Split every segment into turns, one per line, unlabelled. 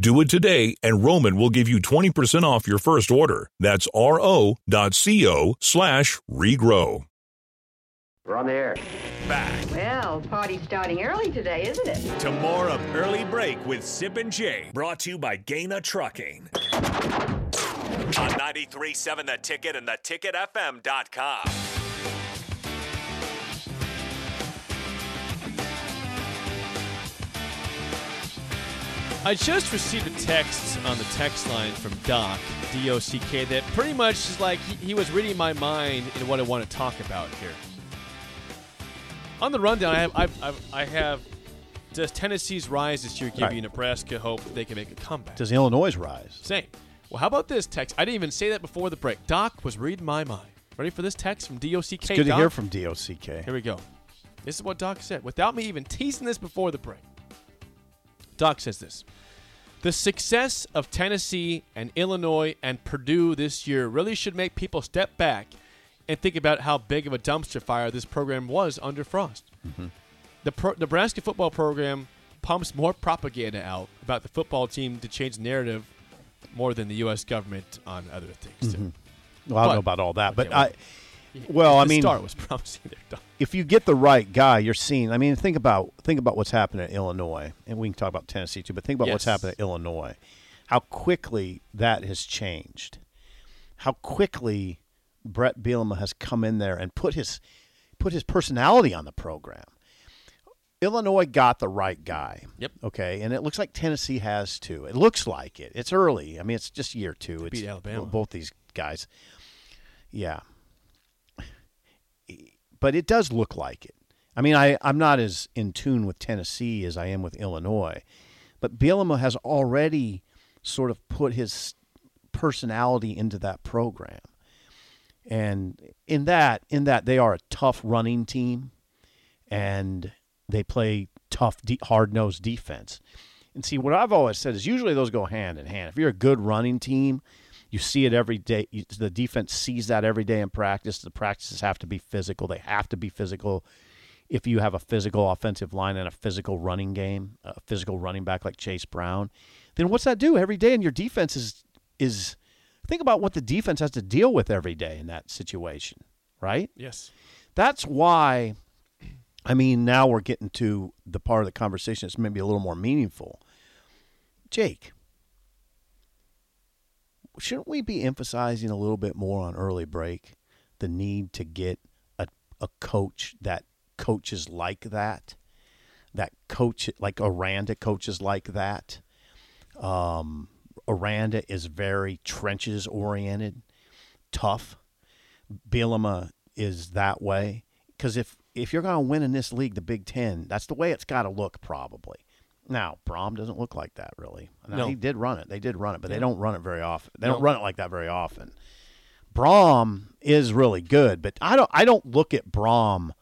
Do it today, and Roman will give you 20% off your first order. That's ro.co slash regrow.
We're on the air.
Back
Well, party's starting early today, isn't it?
to more of Early Break with Sip and Jay, brought to you by Gaina Trucking. On 93.7 The Ticket and theticketfm.com.
I just received a text on the text line from Doc, D O C K, that pretty much is like he, he was reading my mind and what I want to talk about here. On the rundown, I have, I've, I've, I have Does Tennessee's rise this year give
Right.
you Nebraska hope that they can make a comeback?
Does Illinois rise?
Same. Well, how about this text? I didn't even say that before the break. Doc was reading my mind. Ready for this text from D O C K?
Good to
Doc?
hear from DOCK.
Here we go. This is what Doc said without me even teasing this before the break. Doc says this The success of Tennessee and Illinois and Purdue this year really should make people step back and think about how big of a dumpster fire this program was under Frost.
Mm-hmm.
The pro- Nebraska football program pumps more propaganda out about the football team to change narrative more than the U.S. government on other things. too.
Well, I don't
But-
know about all that, but
Okay,
I. Mm-hmm. Well, I
the
mean,
star was promising there, Doc.
if you get the right guy, you're seeing. I mean, think about think about what's happened at Illinois, and we can talk about Tennessee too. But think about what's
Yes.
happened at Illinois, how quickly that has changed, how quickly Brett Bielema has come in there and put his put his personality on the program. Illinois got the right guy.
Yep.
Okay, and it looks like Tennessee has too. It looks like it. It's early. I mean, it's just year two. It's
beat Alabama.
Both these guys. Yeah but it does look like it. I mean, I, I'm not as in tune with Tennessee as I am with Illinois, but Bielema has already sort of put his personality into that program. And in that, in that they are a tough running team and they play tough, de- hard-nosed defense. And see, what I've always said is usually those go hand in hand. If you're a good running team, you see it every day. You- The defense sees that every day in practice. The practices have to be physical. They have to be physical. If you have a physical offensive line and a physical running game, a physical running back like Chase Brown, then what's that do every day? And your defense is is think about what the defense has to deal with every day in that situation, right?
Yes.
that's why I mean now we're getting to the part of the conversation that's maybe a little more meaningful. Jake, shouldn't we be emphasizing a little bit more on early break the need to get a, a coach that coaches like that? That coach like Aranda coaches like that. Um Aranda is very trenches oriented, tough. Bielema is that way because if if you're going to win in this league, the Big Ten, that's the way it's got to look probably. Now, Brom doesn't look like that really. Now,
No.
he did run it. They did run it, but they
Yeah.
don't run it very often. They don't
No.
run it like that very often. Brom is really good, but I don't I don't look at Brom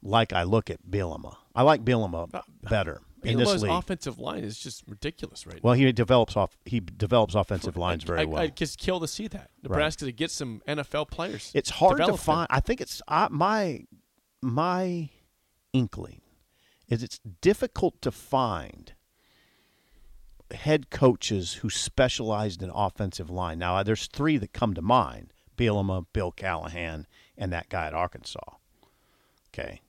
like I look at Bielema. I like Bielema better in this
Uh, Bielema's
league.
offensive line is just ridiculous right now.
well, he develops off he develops offensive lines very
I,
well.
I'd just kill to see that. Nebraska to get some NFL players.
It's hard to
Develop them.
find. I think it's I, my my inkling is it's difficult to find head coaches who specialized in offensive line. Now, uh, there's three that come to mind: Bielema, Bill Callahan, and that guy at Arkansas. Okay,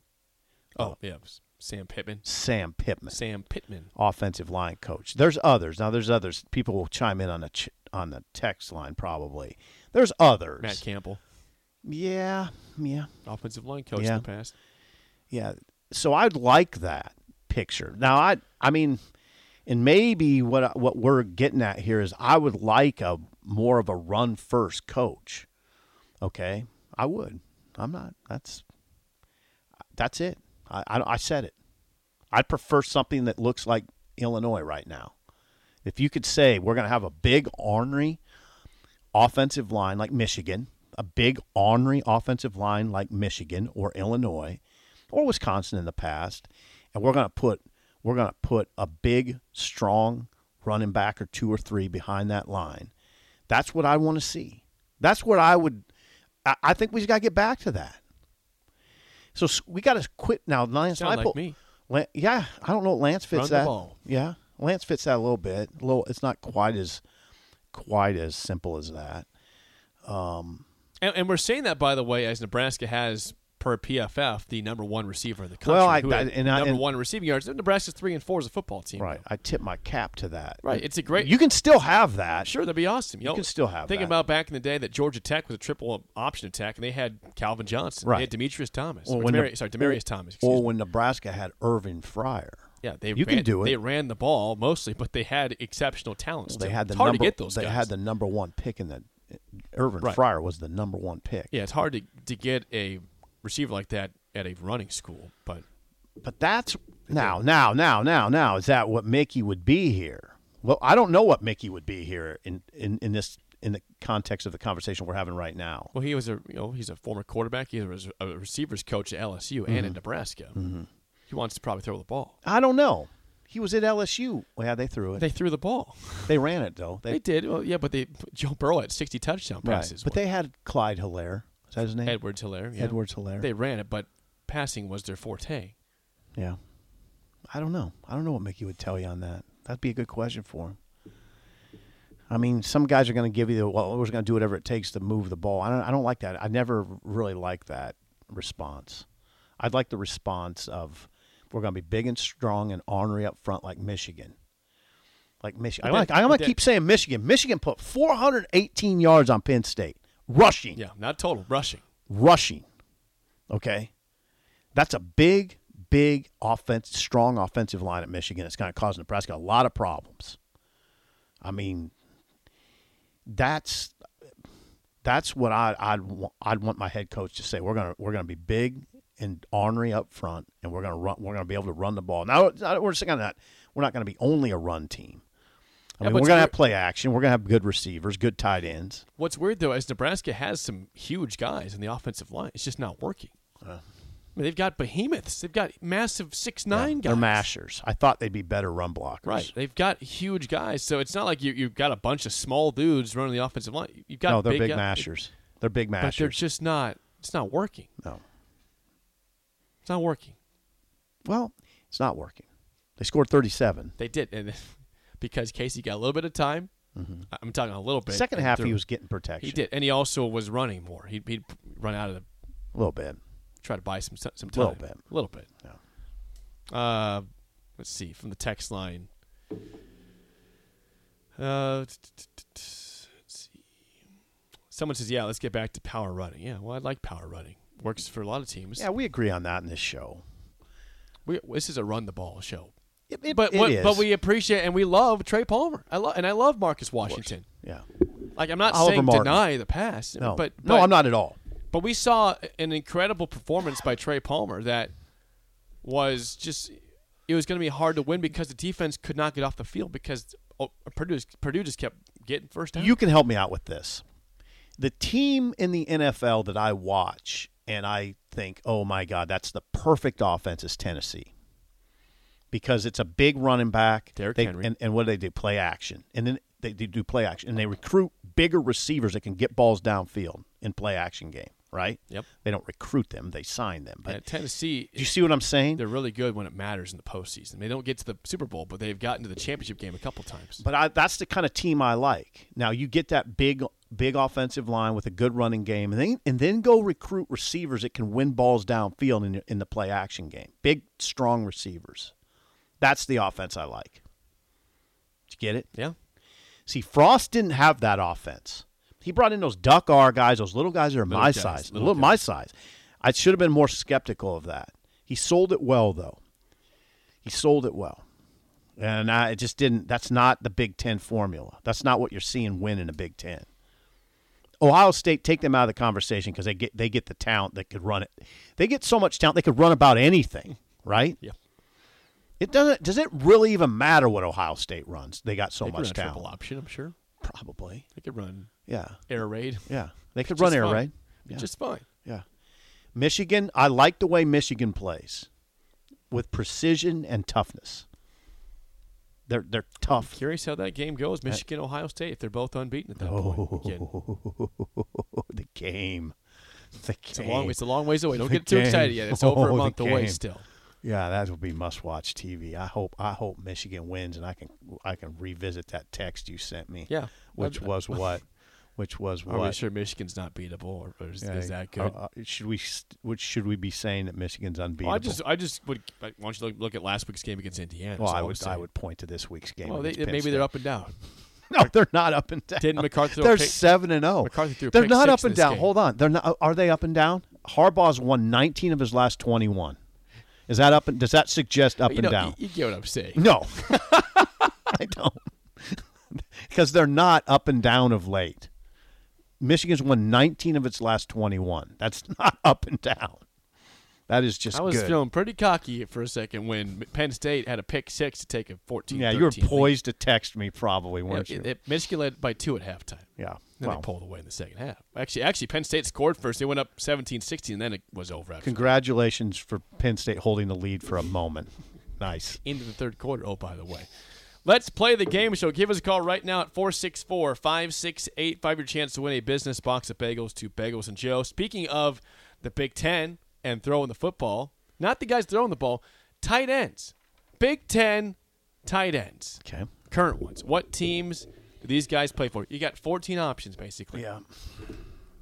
Oh, yeah. it was Sam Pittman.
Sam Pittman,
Sam Pittman.
offensive line coach. There's others. Now, there's others. People will chime in on the ch- on the text line probably. There's others.
Matt Campbell.
Yeah, yeah,
offensive line coach
Yeah.
in the past.
yeah. So I'd like that picture. Now I, I mean, and maybe what I- what we're getting at here is I would like a more of a run first coach. Okay, I would. I'm not. That's that's it. I I, I said it. I'd prefer something that looks like Illinois right now. If you could say we're going to have a big ornery offensive line like Michigan, a big ornery offensive line like Michigan or Illinois or Wisconsin in the past, and we're going to put we're going to put a big strong running back or two or three behind that line. That's what I want to see. That's what I would I, I think we just got to get back to that. So s- we got to quit now. Lance
Sound like
Leipold-
me.
Lan- yeah, I don't know. Lance fits
Run the
that.
ball.
Yeah, Lance fits that a little bit. A little. It's not quite as quite as simple as that.
And, and we're saying that, by the way, as Nebraska has per PFF the number one receiver in the country.
Well, I-
who had
I- and I-
number
and-
one receiving yards. Nebraska's three and four as a football team.
Right. I tip my cap to that.
Right, it's a great-
You can still have that.
Sure, that'd be awesome. You, know,
can still have
thinking
that.
about back in the day that Georgia Tech was a triple option attack, and they had Calvin Johnson,
Right.
they had Demetrius Thomas,
Or
or
when
Demari-
the-
sorry, Demarius Thomas. excuse
Or
me.
when Nebraska had Irvin Fryer.
yeah, they
you
ran,
can do it.
They ran the ball mostly, but they had exceptional talent.
Well,
still.
they had the
it's hard
number.
to get those.
they
guys.
had the number one pick in the. Irvin
Right.
Fryer was the number one pick.
yeah, it's hard to to get a receiver like that at a running school, but
But that's now, now, now, now, now. Is that what Mickey would be here? Well, I don't know what Mickey would be here in in, in this in the context of the conversation we're having right now.
Well, he was a you know he's a former quarterback. He was a receivers coach at LSU
Mm-hmm.
and at Nebraska. He wants to probably throw the ball.
I don't know. He was at LSU. Well, yeah, they threw it.
They
They,
threw the ball.
ran it though. They,
They did. Well, yeah, but they Joe Burrow had sixty touchdown
right.
passes.
But they had Clyde Hilaire. Is that his name?
Edwards Hilaire. yeah.
Edwards Hilaire.
They ran it, but passing was their forte.
yeah. I don't know. I don't know what Mickey would tell you on that. That'd be a good question for him. I mean, some guys are going to give you the well, we're going to do whatever it takes to move the ball. I don't. I don't like that. I never really like that response. I'd like the response of we're going to be big and strong and ornery up front like Michigan. Like Michigan.
But
I
that-
like, I'm going
but
to
that-
keep saying Michigan. Michigan put 418 yards on Penn State rushing.
Yeah, not total rushing.
rushing. Okay. That's a big, big offense, strong offensive line at Michigan. It's going to cause Nebraska a lot of problems. I mean, that's that's what I, I'd wa- I'd want my head coach to say. We're gonna we're gonna be big and ornery up front, and we're gonna run. We're gonna be able to run the ball. Now it's not- we're just gonna not, we're not gonna be only a run team. I
Yeah,
mean,
but
we're gonna have
you're-
play action. We're gonna have good receivers, good tight ends.
What's weird though is Nebraska has some huge guys in the offensive line. It's just not working. I mean, they've got behemoths. They've got massive six nine guys.
They're mashers. I thought they'd be better run blockers.
Right. They've got huge guys, so it's not like you, you've got a bunch of small dudes running the offensive line. You've got
no, they're big,
guy-
mashers. They're big
But they're
mashers.
just not. It's not working.
no.
It's not working.
Well, it's not working. They scored 37.
They did, and because Casey got a little bit of time, I- I'm talking a little bit.
Mm-hmm. Second
and
half,
threw-
he was getting protection.
He did, and he also was running more. He'd, he'd run out of the
A little bit.
try to buy some some time.
Little bit.
A little bit. Uh, let's see from the text line. Uh, t- t- t- t- let's see. Someone says, "Yeah, let's get back to power running." Yeah, well, I like power running. Works for a lot of teams.
Yeah, we agree on that in this show.
we, this is a run the ball show.
It, it-
But
it
what,
is.
but we appreciate and we love Trey Palmer. I love and I love Marcus Washington.
Yeah.
Like I'm not
Oliver
saying
Martin.
deny the pass.
No.
but,
no,
but-
I'm not at all.
But we saw an incredible performance by Trey Palmer that was just it was going to be hard to win because the defense could not get off the field because oh, Purdue Purdue just kept getting first down.
You can help me out with this. The team in the NFL that I watch and I think, oh my God, that's the perfect offense is Tennessee. Because it's a big running back.
Derrick
They-
Henry.
And, and what do they do? Play action. And then they, they do play action. And they recruit bigger receivers that can get balls downfield in play action game, right?
Yep.
They don't recruit them, they sign them. But
And Tennessee,
do you see what I'm saying?
they're really good when it matters in the postseason. They don't get to the Super Bowl, but they've gotten to the championship game a couple times.
But I, that's the kind of team I like. Now you get that big, big offensive line with a good running game, and then and then go recruit receivers that can win balls downfield in in the play action game. Big, strong receivers. That's the offense I like. Did you get it?
yeah,
See, Frost didn't have that offense. He brought in those Duck R guys, those little guys that are
Little
my
guys,
size,
little
little my size. I should have been more skeptical of that. He sold it well, though. He sold it well, and I it just didn't. That's not the Big Ten formula. That's not what you're seeing win in a Big Ten. Ohio State take them out of the conversation because they get they get the talent that could run it. They get so much talent they could run about anything, right?
Yep.
It doesn't. Does it really even matter what Ohio State runs? They got so
They could run
much
a triple
talent.
option, I'm sure.
Probably.
They could run
Yeah.
air raid.
Yeah. They could
Just
run air
fine.
raid. Yeah.
Just fine.
yeah. Michigan. I like the way Michigan plays with precision and toughness. They're they're tough.
Curious how that game goes. Michigan, Ohio State, if they're both unbeaten at that
Oh.
point. Again,
the game. The game.
it's, a long, it's a long ways away. Don't
The
get too
game.
excited yet. It's
Oh,
over a
the
month away
game.
still.
Yeah, that will be must-watch TV. I hope I hope Michigan wins, and I can I can revisit that text you sent me.
Yeah.
which
I-
was what, which was
Are we
what?
sure Michigan's not beatable, or, or is,
Yeah,
is that good?
uh, uh, should we st- which should we be saying that Michigan's unbeatable?
Well, I just, I just would. I want you to look, look at last week's game against Indiana.
Well,
is
I
all I'm
would I
saying.
would point to this week's game.
Well, they,
against Penn
maybe they're
State.
up and down.
No, they're not up and down.
Didn't McCarthy throw a
They're
pick-
seven and zero.
McCarthy threw a
They're
pick
not
six
up
in
and
this
down.
game.
Hold on. They're not. Are they up and down? Harbaugh's won 19 of his last 21. Is that up? And, does that suggest up
you
and
know,
down?
You, you get what I'm saying.
No, I don't. Because they're not up and down of late. Michigan's won 19 of its last 21. That's not up and down. That is just
I was
good.
feeling pretty cocky for a second when Penn State had a pick six to take a 14.
yeah, you were
13 lead.
poised to text me probably,
Yeah,
weren't you?
it- it- Michigan led by two at halftime.
yeah.
Then
Well,
they pulled away in the second half. Actually, actually, Penn State scored first. They went up 17-16, and then it was over. After that.
congratulations for Penn State holding the lead for a moment. Nice.
into the third quarter. Oh, by the way. Let's play the game show. Give us a call right now at 464 5685. Your chance to win a business box of bagels to Bagels and Joe. Speaking of the Big Ten and throwing the football, not the guys throwing the ball, tight ends. Big Ten tight ends.
Okay.
Current ones. What teams do these guys play for? You got 14 options, basically.
Yeah.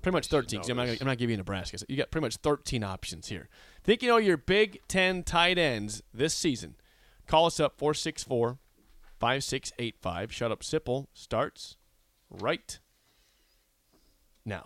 Pretty much 13. 'cause I'm not, gonna- I'm not giving you Nebraska. So you got pretty much 13 options here. Think you know your Big Ten tight ends this season. Call us up 464 5685. Shut up, Sipple starts right now.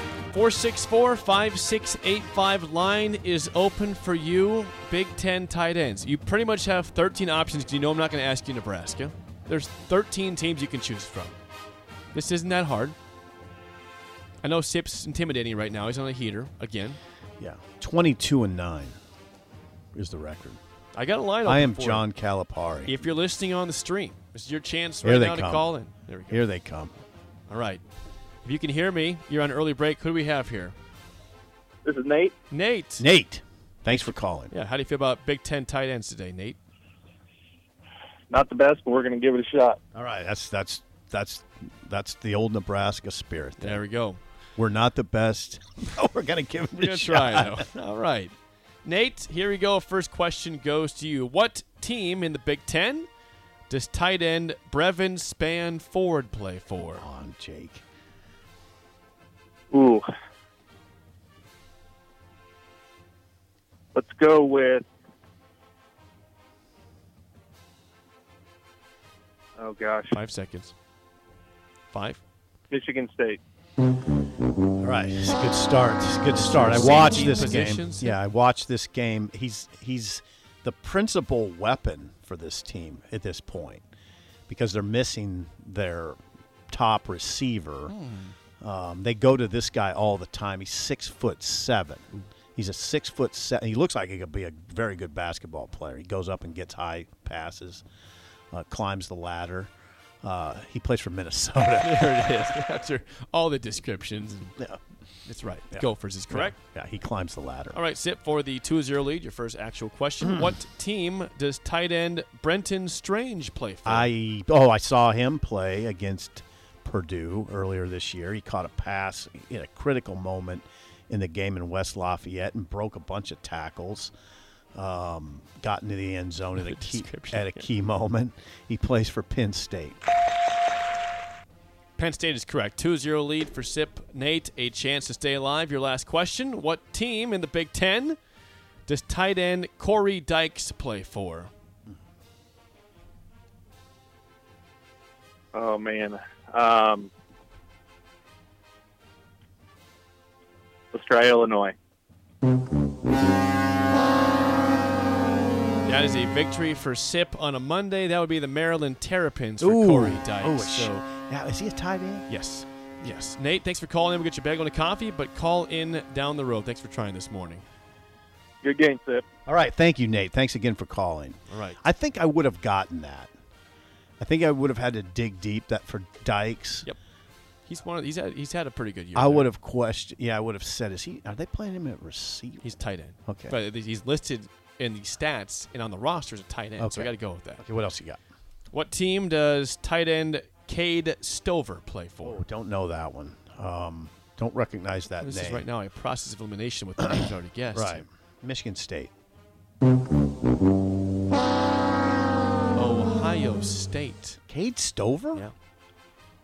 464 5685 line is open for you. Big Ten tight ends. You pretty much have 13 options 'cause you know I'm not going to ask you Nebraska. There's 13 teams you can choose from. This isn't that hard. I know Sip's intimidating right now. He's on a heater again.
Yeah. 22 and 9 is the record.
I got a line open
I am
for
John Calipari.
you. If you're listening on the stream, this is your chance
Here
right
they
now to
come.
call in. There we go.
Here they come.
All right. If you can hear me, you're on early break. Who do we have here?
This is Nate.
Nate.
Nate, thanks for calling.
Yeah, how do you feel about Big Ten tight ends today, Nate?
Not the best, but we're going to give it a shot.
All right, that's that's that's that's the old Nebraska spirit. There.
There we go.
We're not the best, but we're gonna give it
We're
a
gonna
shot.
try though. All right, Nate. Here we go. First question goes to you. What team in the Big Ten does tight end Brevin Span Ford play for?
Come on, Jake.
Ooh. Let's go with. Oh, gosh.
Five seconds. Five.
Michigan State.
All right, it's a good start. It's a good start. I
Safety
watched this game.
positions.
Yeah, I watched this game. He's he's the principal weapon for this team at this point because they're missing their top receiver.
Hmm.
Um, they go to this guy all the time. He's six foot seven. He's a six foot seven. He looks like he could be a very good basketball player. He goes up and gets high passes, uh, climbs the ladder. Uh, he plays for Minnesota.
There it is. After all the descriptions,
yeah.
it's right. Gophers is correct.
Yeah, he climbs the ladder.
All right, Sip, for the 2 0 lead, your first actual question. what team does tight end Brenton Strange play for?
I oh I saw him play against Purdue earlier this year. He caught a pass in a critical moment in the game in West Lafayette and broke a bunch of tackles. Um, got into the end zone at a
Good
key,
description.
at a key moment. He plays for Penn State.
Penn State is correct. 2-0 lead for Sip Nate. A chance to stay alive. Your last question: What team in the Big Ten does tight end Corey Dykes play for?
Oh man. Um, let's try Illinois.
That is a victory for Sip on a Monday. That would be the Maryland Terrapins for Corey Dykes.
Oh,
so
now is he a tight end?
yes, yes. Nate, thanks for calling in. We'll get your bag on a coffee, but call in down the road. Thanks for trying this morning.
Good game, Sip.
All right, thank you, Nate. Thanks again for calling.
All right.
I think I would have gotten that. I think I would have had to dig deep that for Dykes.
Yep. He's one. Of, he's had. He's had a pretty good year.
I
there.
would have questioned. Yeah, I would have said, "Is he? Are they playing him at receiver?"
He's tight end.
Okay.
But he's listed in the stats and on the roster as a tight end. So
Okay.
I got to go with that.
okay, what else you got?
What team does tight end Cade Stover play for?
Oh, don't know that one. Um, don't recognize that
this
name.
is right now a process of elimination with the names I already guessed.
Right. Michigan State.
Ohio State.
Cade Stover.
Yeah.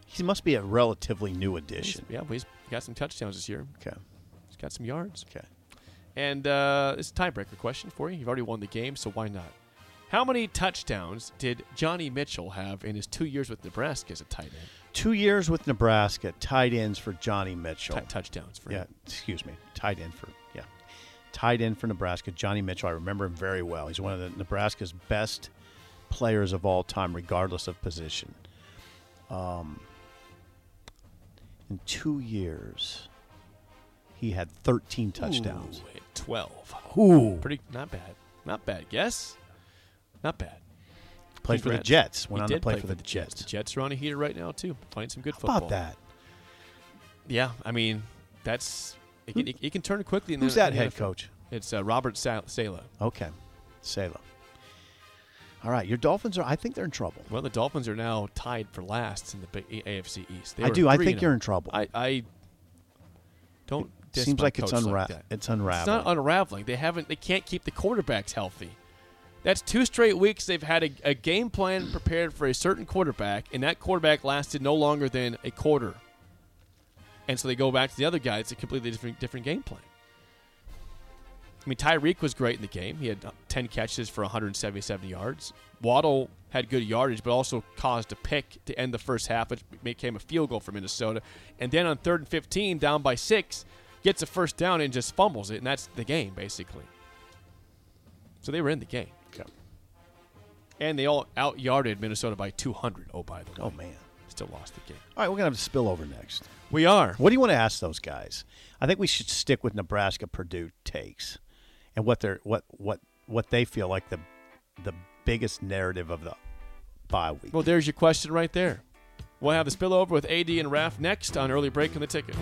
He must be a relatively new
He's-
addition.
yeah, he's got some touchdowns this year.
Okay.
He's got some yards.
Okay.
And uh, it's a tiebreaker question for you. You've already won the game, so why not? How many touchdowns did Johnny Mitchell have in his two years with Nebraska as a tight end?
Two years with Nebraska. Tight ends for Johnny Mitchell.
Tou- touchdowns for
Oh. yeah,
him.
excuse me, tight end for yeah, tight end for Nebraska. Johnny Mitchell, I remember him very well. He's one of the Nebraska's best players of all time, regardless of position. Um, in two years, he had 13 touchdowns.
Ooh, at 12.
Ooh,
Pretty, not bad. Not bad. Guess? Not bad.
played for the
Congrats.
Jets. Went
He
on to
did
play, for the, Jets.
The Jets are on a heater right now too, playing some good
How
football.
about that?
Yeah, I mean that's it can, it, can turn quickly. In
Who's
the,
that
in the
head
NFL.
coach?
It's uh, Robert Sa- Sala.
Okay, Salem. All right, your Dolphins are. I think they're in trouble.
Well, the Dolphins are now tied for last in the big A- AFC East. They
I
were
do. I
3
think
and
you're
oh.
in trouble.
I, I don't. diss
Seems
my
like it's
coach
unra-
that.
it's unraveling.
It's not unraveling. They haven't. They can't keep the quarterbacks healthy. That's two straight weeks they've had a, a game plan prepared for a certain quarterback, and that quarterback lasted no longer than a quarter. And so they go back to the other guy. It's a completely different different game plan. I mean, Tyreek was great in the game. He had uh, 10 catches for 177 yards. Waddle had good yardage, but also caused a pick to end the first half, which became a field goal for Minnesota. And then on third and 15, down by six, gets a first down and just fumbles it. And that's the game, basically. So they were in the game.
Okay.
And they all out yarded Minnesota by 200. Oh, by the way.
Oh man.
Still lost the game.
All right, we're gonna have a spillover next.
We are.
What do you want to ask those guys? I think we should stick with Nebraska Purdue takes, and what they're what what what they feel like the the biggest narrative of the bye week.
Well, there's your question right there. We'll have the spillover with AD and Raf next on Early Break in the Ticket.